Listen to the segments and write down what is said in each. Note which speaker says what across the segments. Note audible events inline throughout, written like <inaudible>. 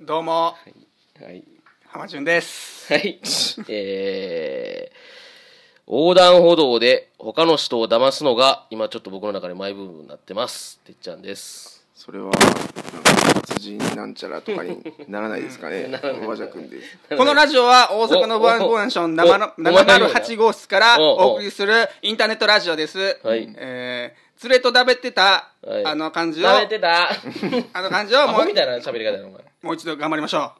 Speaker 1: どうも
Speaker 2: はい。
Speaker 1: 浜潤です
Speaker 2: はい。えー、横断歩道で他の人を騙すのが、今ちょっと僕の中でマイブームになってます。てっちゃんです。
Speaker 3: それはなんか殺人なんちゃらとかにならないですか
Speaker 2: <laughs>
Speaker 3: ねおばじゃくんで
Speaker 1: このラジオは大阪のワンコンション
Speaker 2: おお
Speaker 1: 708号室から
Speaker 2: おお
Speaker 1: お送りするインターネットラジオです、
Speaker 2: はい
Speaker 1: えー、連れとだべってた、
Speaker 2: はい
Speaker 1: あの感じを
Speaker 2: 食べてた
Speaker 1: あの感じを
Speaker 2: ア
Speaker 1: も
Speaker 2: ホみ
Speaker 1: う
Speaker 2: たいな喋り方やな、お前。
Speaker 1: もう一度頑張りましょ
Speaker 2: は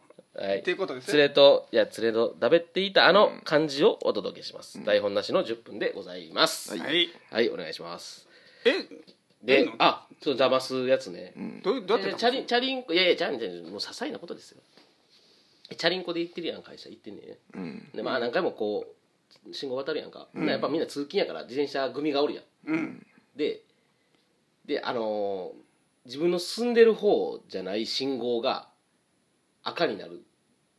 Speaker 2: い。
Speaker 1: っていうことですね
Speaker 2: 連れと、いや、連れと、だべっていたあの漢字をお届けします。台本なしの10分でございます。
Speaker 1: う
Speaker 2: は。
Speaker 1: はいい
Speaker 2: お願いします。
Speaker 1: えいい
Speaker 2: で
Speaker 1: の、
Speaker 2: あ、ちょっと騙すやつね。
Speaker 1: どうどうやって
Speaker 2: え
Speaker 1: たの
Speaker 2: チャリン、チャリンコ、いやいや、チャリン、チャリン、もう些細なことですよ。えチャリンコで行ってるやん、会社行ってんねん。
Speaker 3: うん
Speaker 2: でまあ何回もこう信号渡るやんか、やっぱみんな通勤やから自転車組がおるやん
Speaker 1: うん
Speaker 2: でであのー自分の進んでる方じゃない信号が赤になる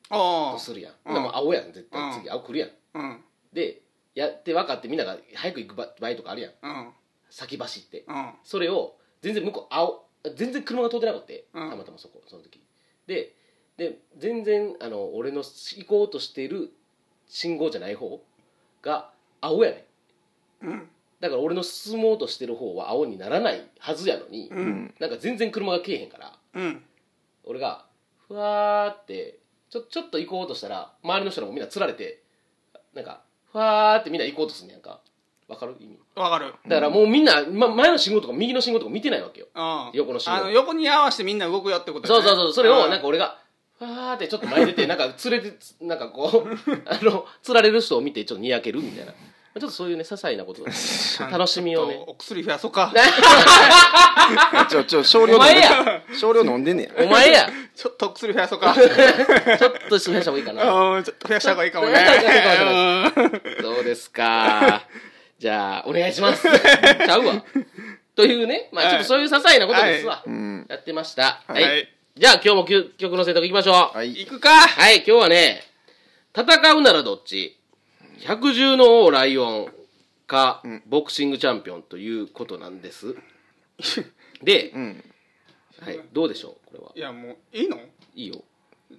Speaker 1: お
Speaker 2: と
Speaker 1: お
Speaker 2: するやん、
Speaker 1: うん
Speaker 2: でも青やん絶
Speaker 1: うん
Speaker 2: 対次青来るやん
Speaker 1: うん
Speaker 2: でやって分かってみんなが早く行くば場合とかあるやん
Speaker 1: うん
Speaker 2: 先走って
Speaker 1: うん
Speaker 2: それを全然向こう青全然車が通ってなくて、
Speaker 1: うん
Speaker 2: たまたまそこその時でで全然あの俺の行こうとしてる信号じゃない方が青やねん
Speaker 1: うん
Speaker 2: だから俺の進もうとしてる方は青にならないはずやのに、
Speaker 1: うん
Speaker 2: なんか全然車が来えへんから
Speaker 1: うん
Speaker 2: 俺がふわーってちょちょっと行こうとしたら周りの人らもみんなつられてなんかふわーってみんな行こうとすんねやんかわかる意味
Speaker 1: わかる
Speaker 2: だからもうみんな、ま、前の信号とか右の信号とか見てないわけよ
Speaker 1: うん
Speaker 2: 横の信号
Speaker 1: あの横に合わせてみんな動くよってことだ
Speaker 2: そ
Speaker 1: よ
Speaker 2: う
Speaker 1: ね
Speaker 2: そうそうそれを
Speaker 1: ん
Speaker 2: なんか俺がふわーってちょっと前出てなんか連れてなんかこう <laughs> あのつられる人を見てちょっとにやけるみたいなちょっとそういうね些細なこと楽しみ
Speaker 1: ち
Speaker 2: を
Speaker 1: ょっ <laughs>
Speaker 2: ね
Speaker 1: とお薬増やそうか
Speaker 3: ちょちょ少量
Speaker 2: お前や
Speaker 3: 少量飲んでんねや
Speaker 2: お前や <laughs>
Speaker 1: ちょっとお薬増やそうか
Speaker 2: ちょっと増やした方がいいかな。
Speaker 1: うんちょっと増やした方がいいかもね
Speaker 2: ちょっと <laughs> 増やした方が
Speaker 1: うん
Speaker 2: どうですか。じゃあ、お願いします。ちゃうわ。というね、まあちょっとそういう些細なことですわ。
Speaker 3: うん
Speaker 2: やってました。は。
Speaker 1: はいい
Speaker 2: じゃあ今日もきゅ曲の選択いきましょう。は、
Speaker 3: はいい
Speaker 1: 行くか
Speaker 2: 今日はね、戦うならどっち百獣の王ライオンか、ボクシングチャンピオンということなんです。で、
Speaker 3: うん
Speaker 2: はい、どうでしょうこれは。
Speaker 1: いやもういいの
Speaker 2: いいよ。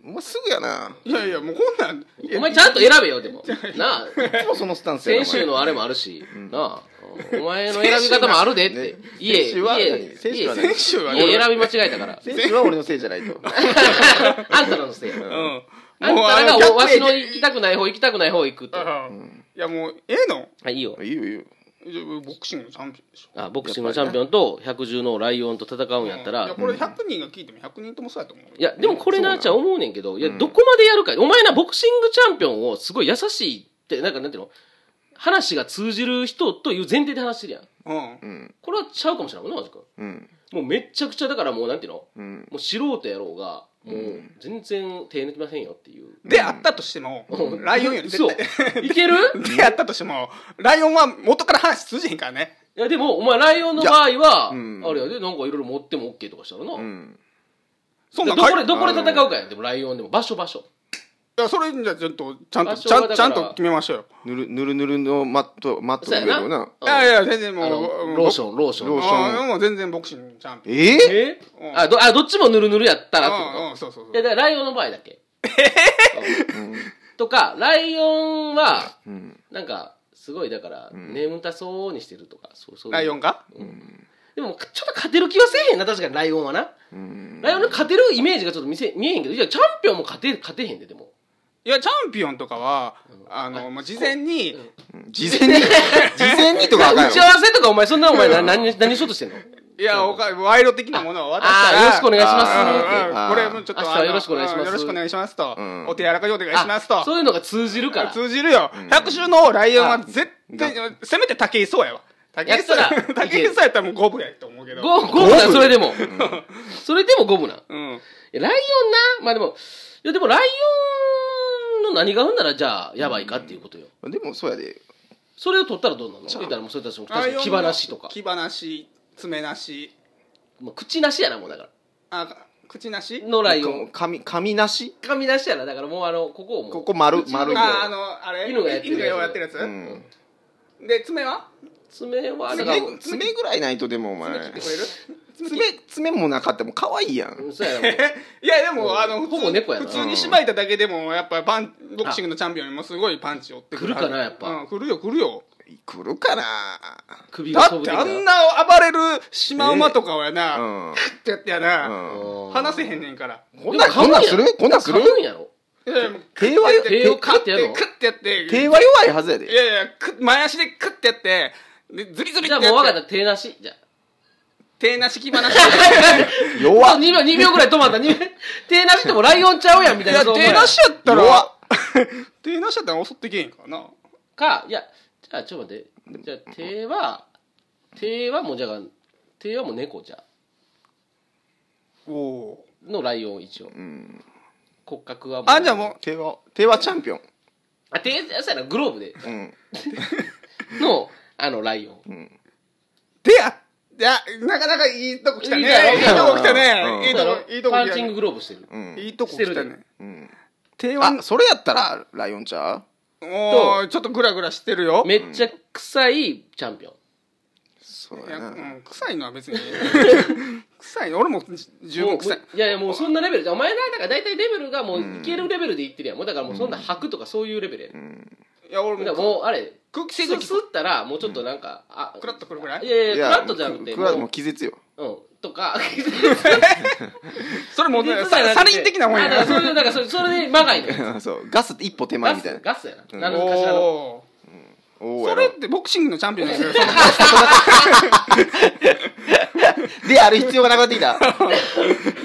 Speaker 3: お前すぐやない
Speaker 1: やいやもうこんなん
Speaker 2: お前ちゃんと選べよ、でも。なあ。
Speaker 3: いつもそのスタンスやな
Speaker 2: 先週のあれもあるし、なあ、お前の選び方もあるでって
Speaker 3: ね。
Speaker 2: 家、
Speaker 3: 先週は
Speaker 2: 家、
Speaker 3: 何先週は何
Speaker 1: 先週は
Speaker 2: 家
Speaker 1: ね
Speaker 2: 選び間違えた
Speaker 3: <laughs>
Speaker 2: から
Speaker 3: お。前先週は俺のせいじゃないと
Speaker 2: あんたらのせいや。
Speaker 1: う
Speaker 2: あん
Speaker 1: んもう
Speaker 2: たらがおわしの
Speaker 1: 100円
Speaker 2: 行きたくない方行きたくない方行くと。あ
Speaker 1: うんいやもうええの
Speaker 2: いいよ。
Speaker 3: いいよいいよ
Speaker 1: いやボクシングのチャンピオンでしょ
Speaker 2: あボクシングのチャンピオンと百獣のライオンと戦うんやった
Speaker 1: いや
Speaker 2: ら。
Speaker 1: これ100人が聞いても100人ともそうやと思う
Speaker 2: いや、でもこれな、
Speaker 3: そうなの
Speaker 2: ちゃん思うねんけど、いや、どこまでやるか。お前な、ボクシングチャンピオンをすごい優しいって、なんかなんていうの話が通じる人という前提で話してるやん。
Speaker 1: うん
Speaker 3: うん
Speaker 2: これはちゃうかもしれないもんな、マジ君。
Speaker 3: うん
Speaker 2: もうめっちゃくちゃだからもうなんていうの
Speaker 3: うん
Speaker 2: もう素人やろうがもう全然手抜きませんよっていう、
Speaker 1: であったとしてもライオンより絶対
Speaker 2: 対いける
Speaker 1: であったとしてもライオンは元から話通じへんからね
Speaker 2: いやでもお前ライオンの場合は、
Speaker 3: うん
Speaker 2: あれやでなんかいろいろ持っても OK とかしたらな、
Speaker 3: うん
Speaker 1: そん
Speaker 2: で
Speaker 1: な
Speaker 2: どこで
Speaker 1: い
Speaker 2: どこで戦うかやんでもライオンでも場所場所
Speaker 1: やそれじゃあちょっとちゃんと
Speaker 2: 場所
Speaker 1: ちゃん
Speaker 2: はだから
Speaker 1: ちゃんと決めましょうよ
Speaker 3: ぬるぬるぬるのマットマット
Speaker 2: そう
Speaker 3: の
Speaker 2: や
Speaker 3: 上だ
Speaker 2: な
Speaker 3: よな
Speaker 2: うん
Speaker 1: いやいや全然も
Speaker 2: あ
Speaker 1: う
Speaker 2: の
Speaker 1: うん
Speaker 2: ローションローション
Speaker 3: ローション
Speaker 1: うんもう全然ボクシングのチャンピオン
Speaker 3: ええ
Speaker 2: え
Speaker 1: うん
Speaker 2: あどあどっちもヌルヌルやったらってこと、
Speaker 1: うんうんそうそう
Speaker 2: い
Speaker 1: そ
Speaker 2: や
Speaker 1: う
Speaker 2: だからライオンの場合だけうんとかライオンは
Speaker 3: うん
Speaker 2: なんかすごいだから眠たそうにしてるとかそうそういう
Speaker 1: ライオンが
Speaker 2: でもちょっと勝てる気はせえへんな確かにライオンはな
Speaker 3: うん
Speaker 2: ライオンの勝てるイメージがちょっと見せ見えへんけどいやチャンピオンも勝て勝てへんででも
Speaker 1: いやチャンピオンとかはあのもう事前に
Speaker 3: 事前
Speaker 2: <laughs>
Speaker 3: に事前にとかあかん
Speaker 2: 打
Speaker 3: や
Speaker 2: ち
Speaker 3: ろ
Speaker 2: 合わせとかお前そんなお前な何何しようとしてんの
Speaker 1: いやおか賄賂的なものを渡した
Speaker 2: あ
Speaker 1: ら
Speaker 2: あよろしくお願いします
Speaker 1: あ
Speaker 2: って
Speaker 1: あああこれもちょっと
Speaker 2: 明日は
Speaker 1: あの
Speaker 2: よろしくお願いします
Speaker 1: うんよろしくお願いしますと、
Speaker 3: ん
Speaker 1: お手柔らかにお願いします
Speaker 2: あそ
Speaker 1: と
Speaker 2: ういうのが通じるから
Speaker 1: 通じるよ、百獣の王ライオンは絶対
Speaker 3: あ
Speaker 1: せめて武井壮やわ武井壮
Speaker 2: やったら
Speaker 1: 武井壮やったらもう五分やと思うけど
Speaker 2: ゴゴムなんそれでもそれでもゴムなんい
Speaker 1: うん
Speaker 2: やライオンなまあでもいやでもライオンの何があんならじゃあやばいかっていうことよ
Speaker 3: でもそうやで
Speaker 2: それを取ったらどうなるの言ったらもうそれたちも確かに牙なしとか
Speaker 1: 牙なし爪なし
Speaker 2: まあ口なしやなもうだか
Speaker 1: あ口なし
Speaker 2: らのライオン
Speaker 3: 髪髪なし
Speaker 2: 髪なしやなだからもうあのここをもう
Speaker 3: ここ丸丸いよ
Speaker 1: ああのあれ
Speaker 2: 犬がやってるやつ
Speaker 1: ようやってるやつ、
Speaker 3: うん
Speaker 1: で爪は
Speaker 2: 爪はだから
Speaker 3: 爪爪ぐらいないとでもお前
Speaker 1: 爪切ってくれる
Speaker 3: 爪爪もなかったも可愛いやん
Speaker 2: そうやなもう
Speaker 1: <laughs> いやでも、あの普通
Speaker 2: ほぼ猫やな
Speaker 1: 普通にしばいただけでもやっぱりパンボクシングのチャンピオンにもすごいパンチをって
Speaker 2: 来るかなやっぱ
Speaker 1: うん、来るよ来るよ
Speaker 3: 来るかな
Speaker 2: 首が
Speaker 1: だ
Speaker 2: 飛
Speaker 1: っ
Speaker 2: ぶ
Speaker 1: て
Speaker 2: 的
Speaker 1: あ
Speaker 2: なん
Speaker 1: な暴れるシマウマとかはや
Speaker 3: う
Speaker 1: な、
Speaker 3: ん、
Speaker 1: ってやってや
Speaker 3: う
Speaker 1: な、<laughs>
Speaker 3: ん、
Speaker 2: うん
Speaker 1: 話せへんねんから
Speaker 3: こんなんこんなんするこんなんする
Speaker 2: 買うんやろ
Speaker 1: いやいやもう
Speaker 3: 手は
Speaker 2: 手をカッてやるの
Speaker 1: クッてやって
Speaker 3: 手は弱いはずや
Speaker 1: い
Speaker 3: で
Speaker 1: やいやく前足でクッてやってでズリズリって
Speaker 2: じ
Speaker 1: や
Speaker 2: ゃあ
Speaker 1: って
Speaker 2: もう分かった手なしじ
Speaker 1: <laughs>
Speaker 2: ゃあ
Speaker 1: 手なしき
Speaker 2: <laughs>
Speaker 1: 話
Speaker 3: 弱っ
Speaker 2: 2秒2秒ぐらい止まった2秒
Speaker 1: <laughs>
Speaker 2: 手なしってもライオンちゃうやんみた
Speaker 1: い
Speaker 2: いな
Speaker 1: や
Speaker 2: そう思う
Speaker 1: 手なしやった
Speaker 3: 弱っ
Speaker 1: ら <laughs> 手なしやったら襲ってけえへんからな
Speaker 2: かいやじゃあちょっと待ってじゃあ手は手はもうじゃあ手はもう猫じゃ
Speaker 1: おお
Speaker 2: のライオン一応
Speaker 3: うん
Speaker 2: 骨格はもう
Speaker 1: あじゃあもう
Speaker 3: 手は手はチャンピオン
Speaker 2: あ手そうやなグロー
Speaker 1: <laughs>
Speaker 2: ブで
Speaker 3: うん
Speaker 2: のあのライオン
Speaker 3: うん
Speaker 1: 手やいやなかなかいいとこ来たね
Speaker 2: いいじゃん
Speaker 1: いいとこ来た
Speaker 3: うん
Speaker 1: ねいいと
Speaker 2: そうや
Speaker 1: こ
Speaker 2: ろ
Speaker 1: いいとこ
Speaker 2: パ
Speaker 1: 来
Speaker 2: ン
Speaker 1: た
Speaker 2: チン
Speaker 1: ね
Speaker 2: ググローブしてる
Speaker 3: うん
Speaker 1: いいとこ来たね
Speaker 3: うん
Speaker 1: 低
Speaker 3: あ
Speaker 1: 温
Speaker 3: それやったらライオンちゃう
Speaker 1: おーちょっとグラグラしてるよ
Speaker 2: めっちゃ臭いチャンピオン
Speaker 3: そう
Speaker 1: い
Speaker 3: や
Speaker 1: やう
Speaker 3: なん
Speaker 1: 臭いのは別
Speaker 2: <laughs>
Speaker 1: に臭い俺も十
Speaker 2: も
Speaker 1: 分
Speaker 2: う
Speaker 1: 臭い
Speaker 2: いやいやもうそんなレベルじゃお前らなんか大体レベルがもういけるレベルでいってるやんもうだからもうそんな吐くとかそういうレベルやん
Speaker 3: うん
Speaker 1: いや俺
Speaker 2: だから
Speaker 1: も
Speaker 2: もうあれ
Speaker 1: 空気
Speaker 2: す
Speaker 1: 清
Speaker 2: ぐ
Speaker 1: 浄
Speaker 2: 吸
Speaker 1: 機
Speaker 2: ったらもうちょっとなんかあ
Speaker 1: クラッとくるぐら
Speaker 2: い
Speaker 1: い
Speaker 2: やい
Speaker 3: い
Speaker 2: や
Speaker 3: や
Speaker 2: クラッとじゃなくて
Speaker 3: クラッとも
Speaker 2: も
Speaker 3: う気絶よ <laughs>
Speaker 2: ううんとか
Speaker 1: それもう
Speaker 2: 実 <laughs> は
Speaker 1: さサリン的なもんや
Speaker 2: あだ
Speaker 1: な
Speaker 2: からそういうだからそれそれでまがいのよ
Speaker 3: そうガスって一歩手前
Speaker 2: ガ
Speaker 3: みたい
Speaker 2: ス
Speaker 3: な
Speaker 2: ガスやな何かしらの
Speaker 1: おー
Speaker 3: おお
Speaker 1: それってボクシングのチャンピオンです
Speaker 2: <laughs>
Speaker 1: よ
Speaker 3: でやる必要がなくなって
Speaker 1: <laughs>
Speaker 3: きた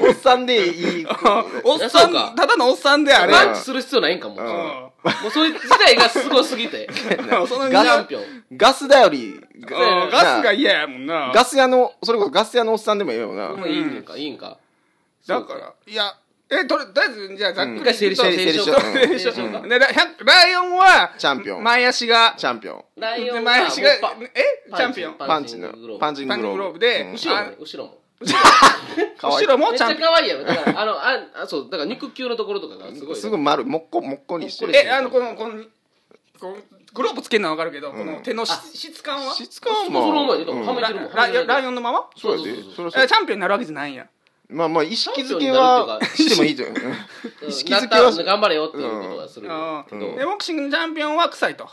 Speaker 3: おっさんでいい
Speaker 1: おっ
Speaker 2: そ
Speaker 1: さ
Speaker 2: うか
Speaker 1: んただのおっさんであれ
Speaker 2: パンチする必要ないんかもう
Speaker 3: うん
Speaker 2: も
Speaker 1: うん
Speaker 2: うそれ自体がすごすぎて
Speaker 1: <laughs> その
Speaker 2: チ
Speaker 3: ガ
Speaker 2: ャ
Speaker 3: ス
Speaker 2: ンピオン
Speaker 3: ガスだより
Speaker 1: あーガスが嫌やもんな
Speaker 3: ガス屋のそれこそガス屋のおっさんでもええよな
Speaker 2: もういいんかいいんか
Speaker 1: だからいやえとりとりあえずじゃあざっくり
Speaker 2: 一回整理しよう
Speaker 3: 整理しよう
Speaker 2: 整理しよう
Speaker 1: 整理しよう
Speaker 2: 整理しよう
Speaker 1: でラ100ライオンは
Speaker 3: チャンピオン
Speaker 1: 前足が
Speaker 3: チャンピオン
Speaker 2: ライオンは
Speaker 1: 前足が
Speaker 2: もうパ
Speaker 1: えチ
Speaker 2: パ
Speaker 1: ャンピオン
Speaker 3: パンチのパンチング
Speaker 1: パンチ
Speaker 3: ロ
Speaker 1: グロ
Speaker 3: ー
Speaker 1: ー
Speaker 3: ブ
Speaker 1: ブで
Speaker 2: 後ろもね
Speaker 1: あ
Speaker 2: 後ろも
Speaker 3: かわい
Speaker 1: 後
Speaker 3: い
Speaker 1: ろも
Speaker 2: めっ
Speaker 1: チ
Speaker 2: ち
Speaker 1: ャ
Speaker 2: ゃ
Speaker 1: ンピオン
Speaker 2: 可愛いやろだからあのああそうだから肉球のところとかがすごい
Speaker 3: すごい丸もっこもっこにして
Speaker 2: もっこ
Speaker 1: えあのこのこのこのグローブつけるのは分かるけどこの手のし
Speaker 2: あ
Speaker 1: 質感は
Speaker 3: 質感
Speaker 2: その
Speaker 3: も
Speaker 2: ままやでもはめて
Speaker 1: ラ
Speaker 2: るもん
Speaker 1: ライオンライオンのまま
Speaker 3: そうやで
Speaker 2: そう
Speaker 3: そ
Speaker 2: そ
Speaker 3: りゃ
Speaker 1: え
Speaker 3: そう
Speaker 1: チャンピオンになるわけじゃないんや
Speaker 3: まあまあ意識づけはしてもいいと思う <laughs> 意識づけ
Speaker 2: な
Speaker 3: は
Speaker 2: った頑張れよっていうことはするけ
Speaker 1: うん
Speaker 2: ど
Speaker 1: でボクシングのチャンピオンは臭いと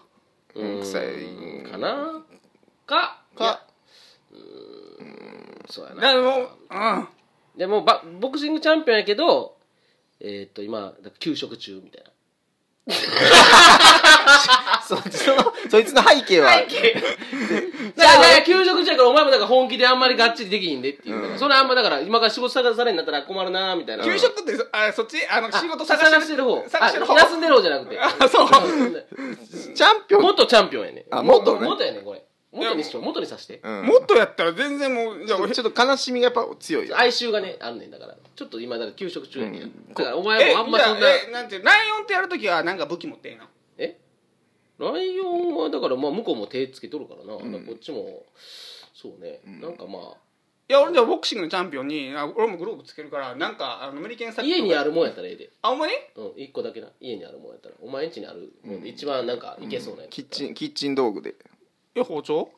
Speaker 2: うん
Speaker 3: 臭い
Speaker 2: かなか
Speaker 3: か
Speaker 2: いやそうや
Speaker 1: だから
Speaker 2: な
Speaker 1: もううん
Speaker 2: でもバボクシングチャンピオンやけどえっと今だから休職中みたいな
Speaker 3: そそのそいつの背景は
Speaker 2: だから休職中やからお前もだから本気であんまりがっちりできひんでっていうだからそれあんまだから今から仕事探されになったら困るなみたいな
Speaker 1: 給食ってそあそっちあの
Speaker 2: あ
Speaker 1: 仕事探して
Speaker 2: る方
Speaker 1: 探してる方
Speaker 2: あ休んでる方じゃなくて <laughs>
Speaker 1: あそう
Speaker 3: チャンピオン
Speaker 2: 元チャンピオンやね
Speaker 3: あ元ね
Speaker 2: 元やねこれ元にしよう元にさして
Speaker 3: うん
Speaker 1: もっとやったら全然もうじ
Speaker 3: ち
Speaker 1: ゃあ
Speaker 3: ょっと悲しみがやっぱ強いよ
Speaker 2: 哀愁がねあるねんだからちょっと今だから休職中やねん
Speaker 3: うん
Speaker 2: だからお前
Speaker 1: え
Speaker 2: もあんまそんな
Speaker 1: じゃあえなんてライオンってやるときはなんか武器持ってんの
Speaker 2: えライオンはだからまあ向こうも手つけとるからな、だからこっちもそうね、なんかま
Speaker 1: いや俺じゃあボクシングのチャンピオンにあ俺もグローブつけるからなんかあのアメリケンサ
Speaker 2: あ
Speaker 1: ッカー
Speaker 2: 家にあるもんやったらええで、
Speaker 1: あほんまに
Speaker 2: うん、一個だけな家にあるもんやったらお前ん家にあるもんで一番なんかいけそうなやつ、
Speaker 3: キッチンキッチン道具で
Speaker 1: え包丁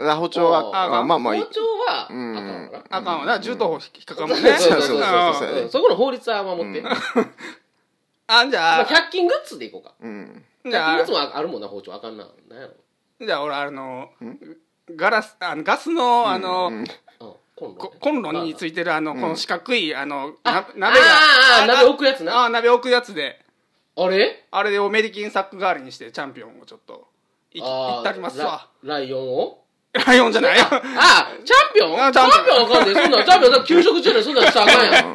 Speaker 3: あ包丁は
Speaker 2: あ
Speaker 1: ー
Speaker 3: あまあまあいい
Speaker 2: 包丁はあか
Speaker 3: うん
Speaker 2: んわな
Speaker 1: あかんわな銃刀法引っかかんもん
Speaker 2: そう
Speaker 1: ね
Speaker 2: そうそうそう
Speaker 3: そう
Speaker 2: そ
Speaker 3: そうう
Speaker 2: うんそこの法律は守って、
Speaker 3: うん
Speaker 2: ま
Speaker 1: あじゃ
Speaker 2: あ、
Speaker 1: あ
Speaker 2: 100均グッズでいこうか
Speaker 3: うん
Speaker 1: じ
Speaker 2: 100均
Speaker 1: ゃあ
Speaker 2: グッズもあるもんな包丁あかんななんやろ、
Speaker 1: じゃあ俺あのガラスあのガスのあの
Speaker 3: うん
Speaker 2: うん、コンロ、
Speaker 1: こコンロにつ
Speaker 2: いて
Speaker 1: いてるあのこの四角いあの
Speaker 2: あ
Speaker 1: な
Speaker 2: あ
Speaker 1: 鍋
Speaker 2: あーあー鍋置くやつな
Speaker 1: あー鍋置くやつで
Speaker 2: あれ
Speaker 1: あれをアメリケンサック代わりにしてチャンピオンをちょっといき
Speaker 2: あー
Speaker 1: いったりますわ
Speaker 2: ラライオンを
Speaker 1: ライオンじゃないよ
Speaker 2: あチャンピオンチャン
Speaker 1: あ
Speaker 2: ピ
Speaker 1: チャンピ
Speaker 2: オンあかんで、そんなん、チャンピオン、だから給食中でそんなんしたらあかんやん。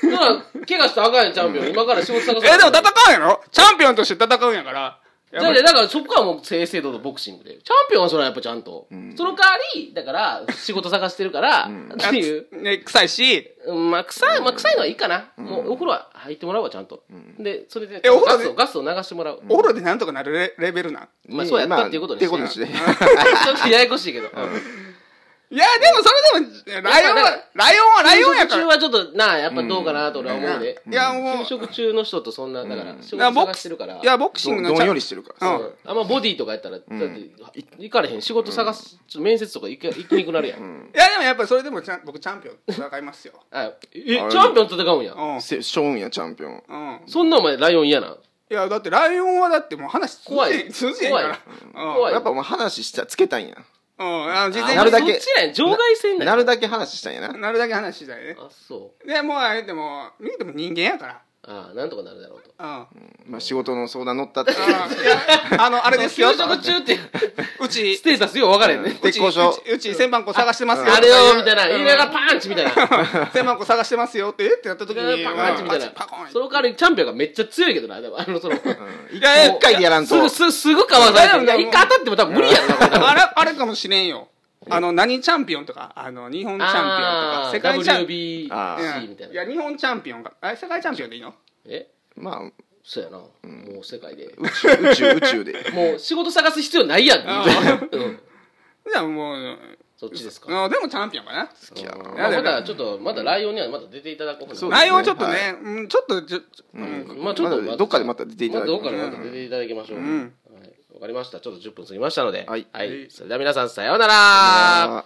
Speaker 2: そんなん、怪我したらあかんやん、チャンピオン。今から仕事探
Speaker 1: <laughs> え
Speaker 2: す。
Speaker 1: でも戦うんやろチャンピオンとして戦うんやから
Speaker 2: じゃあね、だからそこはもう正々堂々ボクシングで。チャンピオンはそれはやっぱちゃんと。その代わり、だから、仕事探してるから、っていう。
Speaker 1: ね臭いし
Speaker 2: うんまあ、臭い、まあ、臭いのはいいかな。もう、お風呂は入ってもらうわ、ちゃんと。で、それで、
Speaker 1: えお風呂
Speaker 2: ガス
Speaker 1: で
Speaker 2: を、ガスを流してもらう。
Speaker 1: お風呂でなんとかなるレレベルなん
Speaker 2: <laughs> まあ、そうやったっていうこと
Speaker 3: まあ
Speaker 2: で
Speaker 3: ってことにして
Speaker 2: ちょっとややこしいけど。
Speaker 1: いや、でもそれでも、ライオン
Speaker 2: やっぱなん
Speaker 1: は、ライオンはライオンや
Speaker 2: 休
Speaker 1: か
Speaker 2: 職中
Speaker 1: ら。
Speaker 2: はちょっとなあやっぱどうかなと俺は思うで
Speaker 1: いや、もう
Speaker 2: 休、職中の人とそんなだから仕
Speaker 1: いや
Speaker 2: 事
Speaker 1: ボク
Speaker 2: 探してるから
Speaker 1: いや、ボクシングの
Speaker 3: ど
Speaker 1: チ
Speaker 3: どん
Speaker 1: ャ
Speaker 3: よ
Speaker 1: ン
Speaker 3: りしてるから
Speaker 1: う
Speaker 2: そうあんまボディとかやったらだってい行かれへん仕事探す面接とか行け行きにくくなるやん
Speaker 1: いや、でもやっぱりそれでもチャン僕チャンピオン戦いますよ。
Speaker 2: あえチャンピオンと戦うんや
Speaker 1: うん。うん。
Speaker 3: せショーンやチャンピオン
Speaker 2: そんなお前ライオン嫌なん
Speaker 1: いや、だってライオンはだってもう話通じ
Speaker 2: 怖
Speaker 1: へ
Speaker 2: い
Speaker 1: ん通じへんから。うん
Speaker 2: 怖い
Speaker 3: やっぱお前話したつけたんや
Speaker 1: うん。あの、事
Speaker 2: あ
Speaker 1: 前
Speaker 3: なる
Speaker 1: に、
Speaker 3: だけ
Speaker 2: そっちなんや場外戦なんや
Speaker 3: なるだけ話したんやな
Speaker 1: なるだけ話してたよね。
Speaker 2: あそう
Speaker 1: で、もうあれでも、見ても人間や
Speaker 2: <laughs>
Speaker 1: から。
Speaker 2: あなんとかなるだろうと
Speaker 1: うん。あ
Speaker 3: まあ仕事の相談乗ったって
Speaker 1: いやあの、あれです
Speaker 2: 休
Speaker 1: よ。
Speaker 2: 職中って
Speaker 1: <laughs> うち、
Speaker 2: ステータスよう分かれへんね
Speaker 1: うち、
Speaker 3: 鉄工所
Speaker 1: うち、うち、千万個探してますよ。
Speaker 2: あれよみたいな
Speaker 1: うん
Speaker 2: 言いながらパンチみたいな
Speaker 1: 千万個探してますよって、えってなった時に、
Speaker 2: パンチみたい
Speaker 1: うんパチパコ
Speaker 2: な
Speaker 1: ン
Speaker 2: その代わりチャンピオンがめっちゃ強いけどなでもあのその
Speaker 1: いやいや
Speaker 3: 一回でやらん
Speaker 2: す
Speaker 3: と
Speaker 2: ぐすすぐかわされ
Speaker 1: 大
Speaker 2: て
Speaker 1: 丈夫
Speaker 2: 一回当たっても多分無理やろなこれ
Speaker 1: あれ、あれかもしれんよ。あの、何チャンピオンとか、あの、日本チャンピオンとか、世界チャンピ
Speaker 2: WBC
Speaker 3: あ
Speaker 1: オン。
Speaker 2: みた
Speaker 1: い
Speaker 2: いな
Speaker 1: や、日本チャンピオンが、あれ、世界チャンピオンでいいの
Speaker 2: え
Speaker 3: まあ
Speaker 2: そうやなもう世界で
Speaker 3: 宇宙宇宙宇宙で
Speaker 2: もう仕事探す必要ないやんっていううん
Speaker 1: じゃあもう、
Speaker 2: そっちですか
Speaker 1: うんでもチャンピオンかな。
Speaker 3: 好きやな
Speaker 2: まあまだちょっとまだライオンにはまだ出ていただこうか
Speaker 3: そう
Speaker 2: な
Speaker 3: で
Speaker 1: 内
Speaker 3: すね
Speaker 1: 容はちょっとね、うんちょっと、ちょうん
Speaker 2: まあちょっと
Speaker 3: まだどっかでまた出ていただ
Speaker 2: ま
Speaker 3: き
Speaker 2: た
Speaker 3: ま
Speaker 2: どっか
Speaker 3: す
Speaker 2: でまた出ていただきましょうはいわかりましたちょっと10分過ぎましたのでは
Speaker 3: はいい
Speaker 2: それでは皆さんさようなら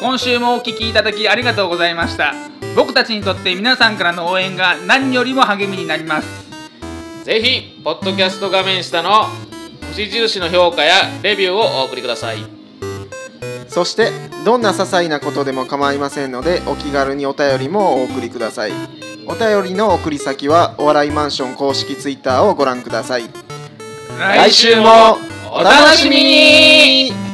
Speaker 4: 今週もお聞きいただきありがとうございました僕たちにとって皆さんからの応援が何よりも励みになります
Speaker 2: ぜひポッドキャスト画面下の星印の評価やレビューをお送りください
Speaker 3: そしてどんな些細なことでも構いませんのでお気軽にお便りもお送りくださいお便りの送り先はお笑いマンション公式ツイッターをご覧ください
Speaker 2: 来週もお楽しみに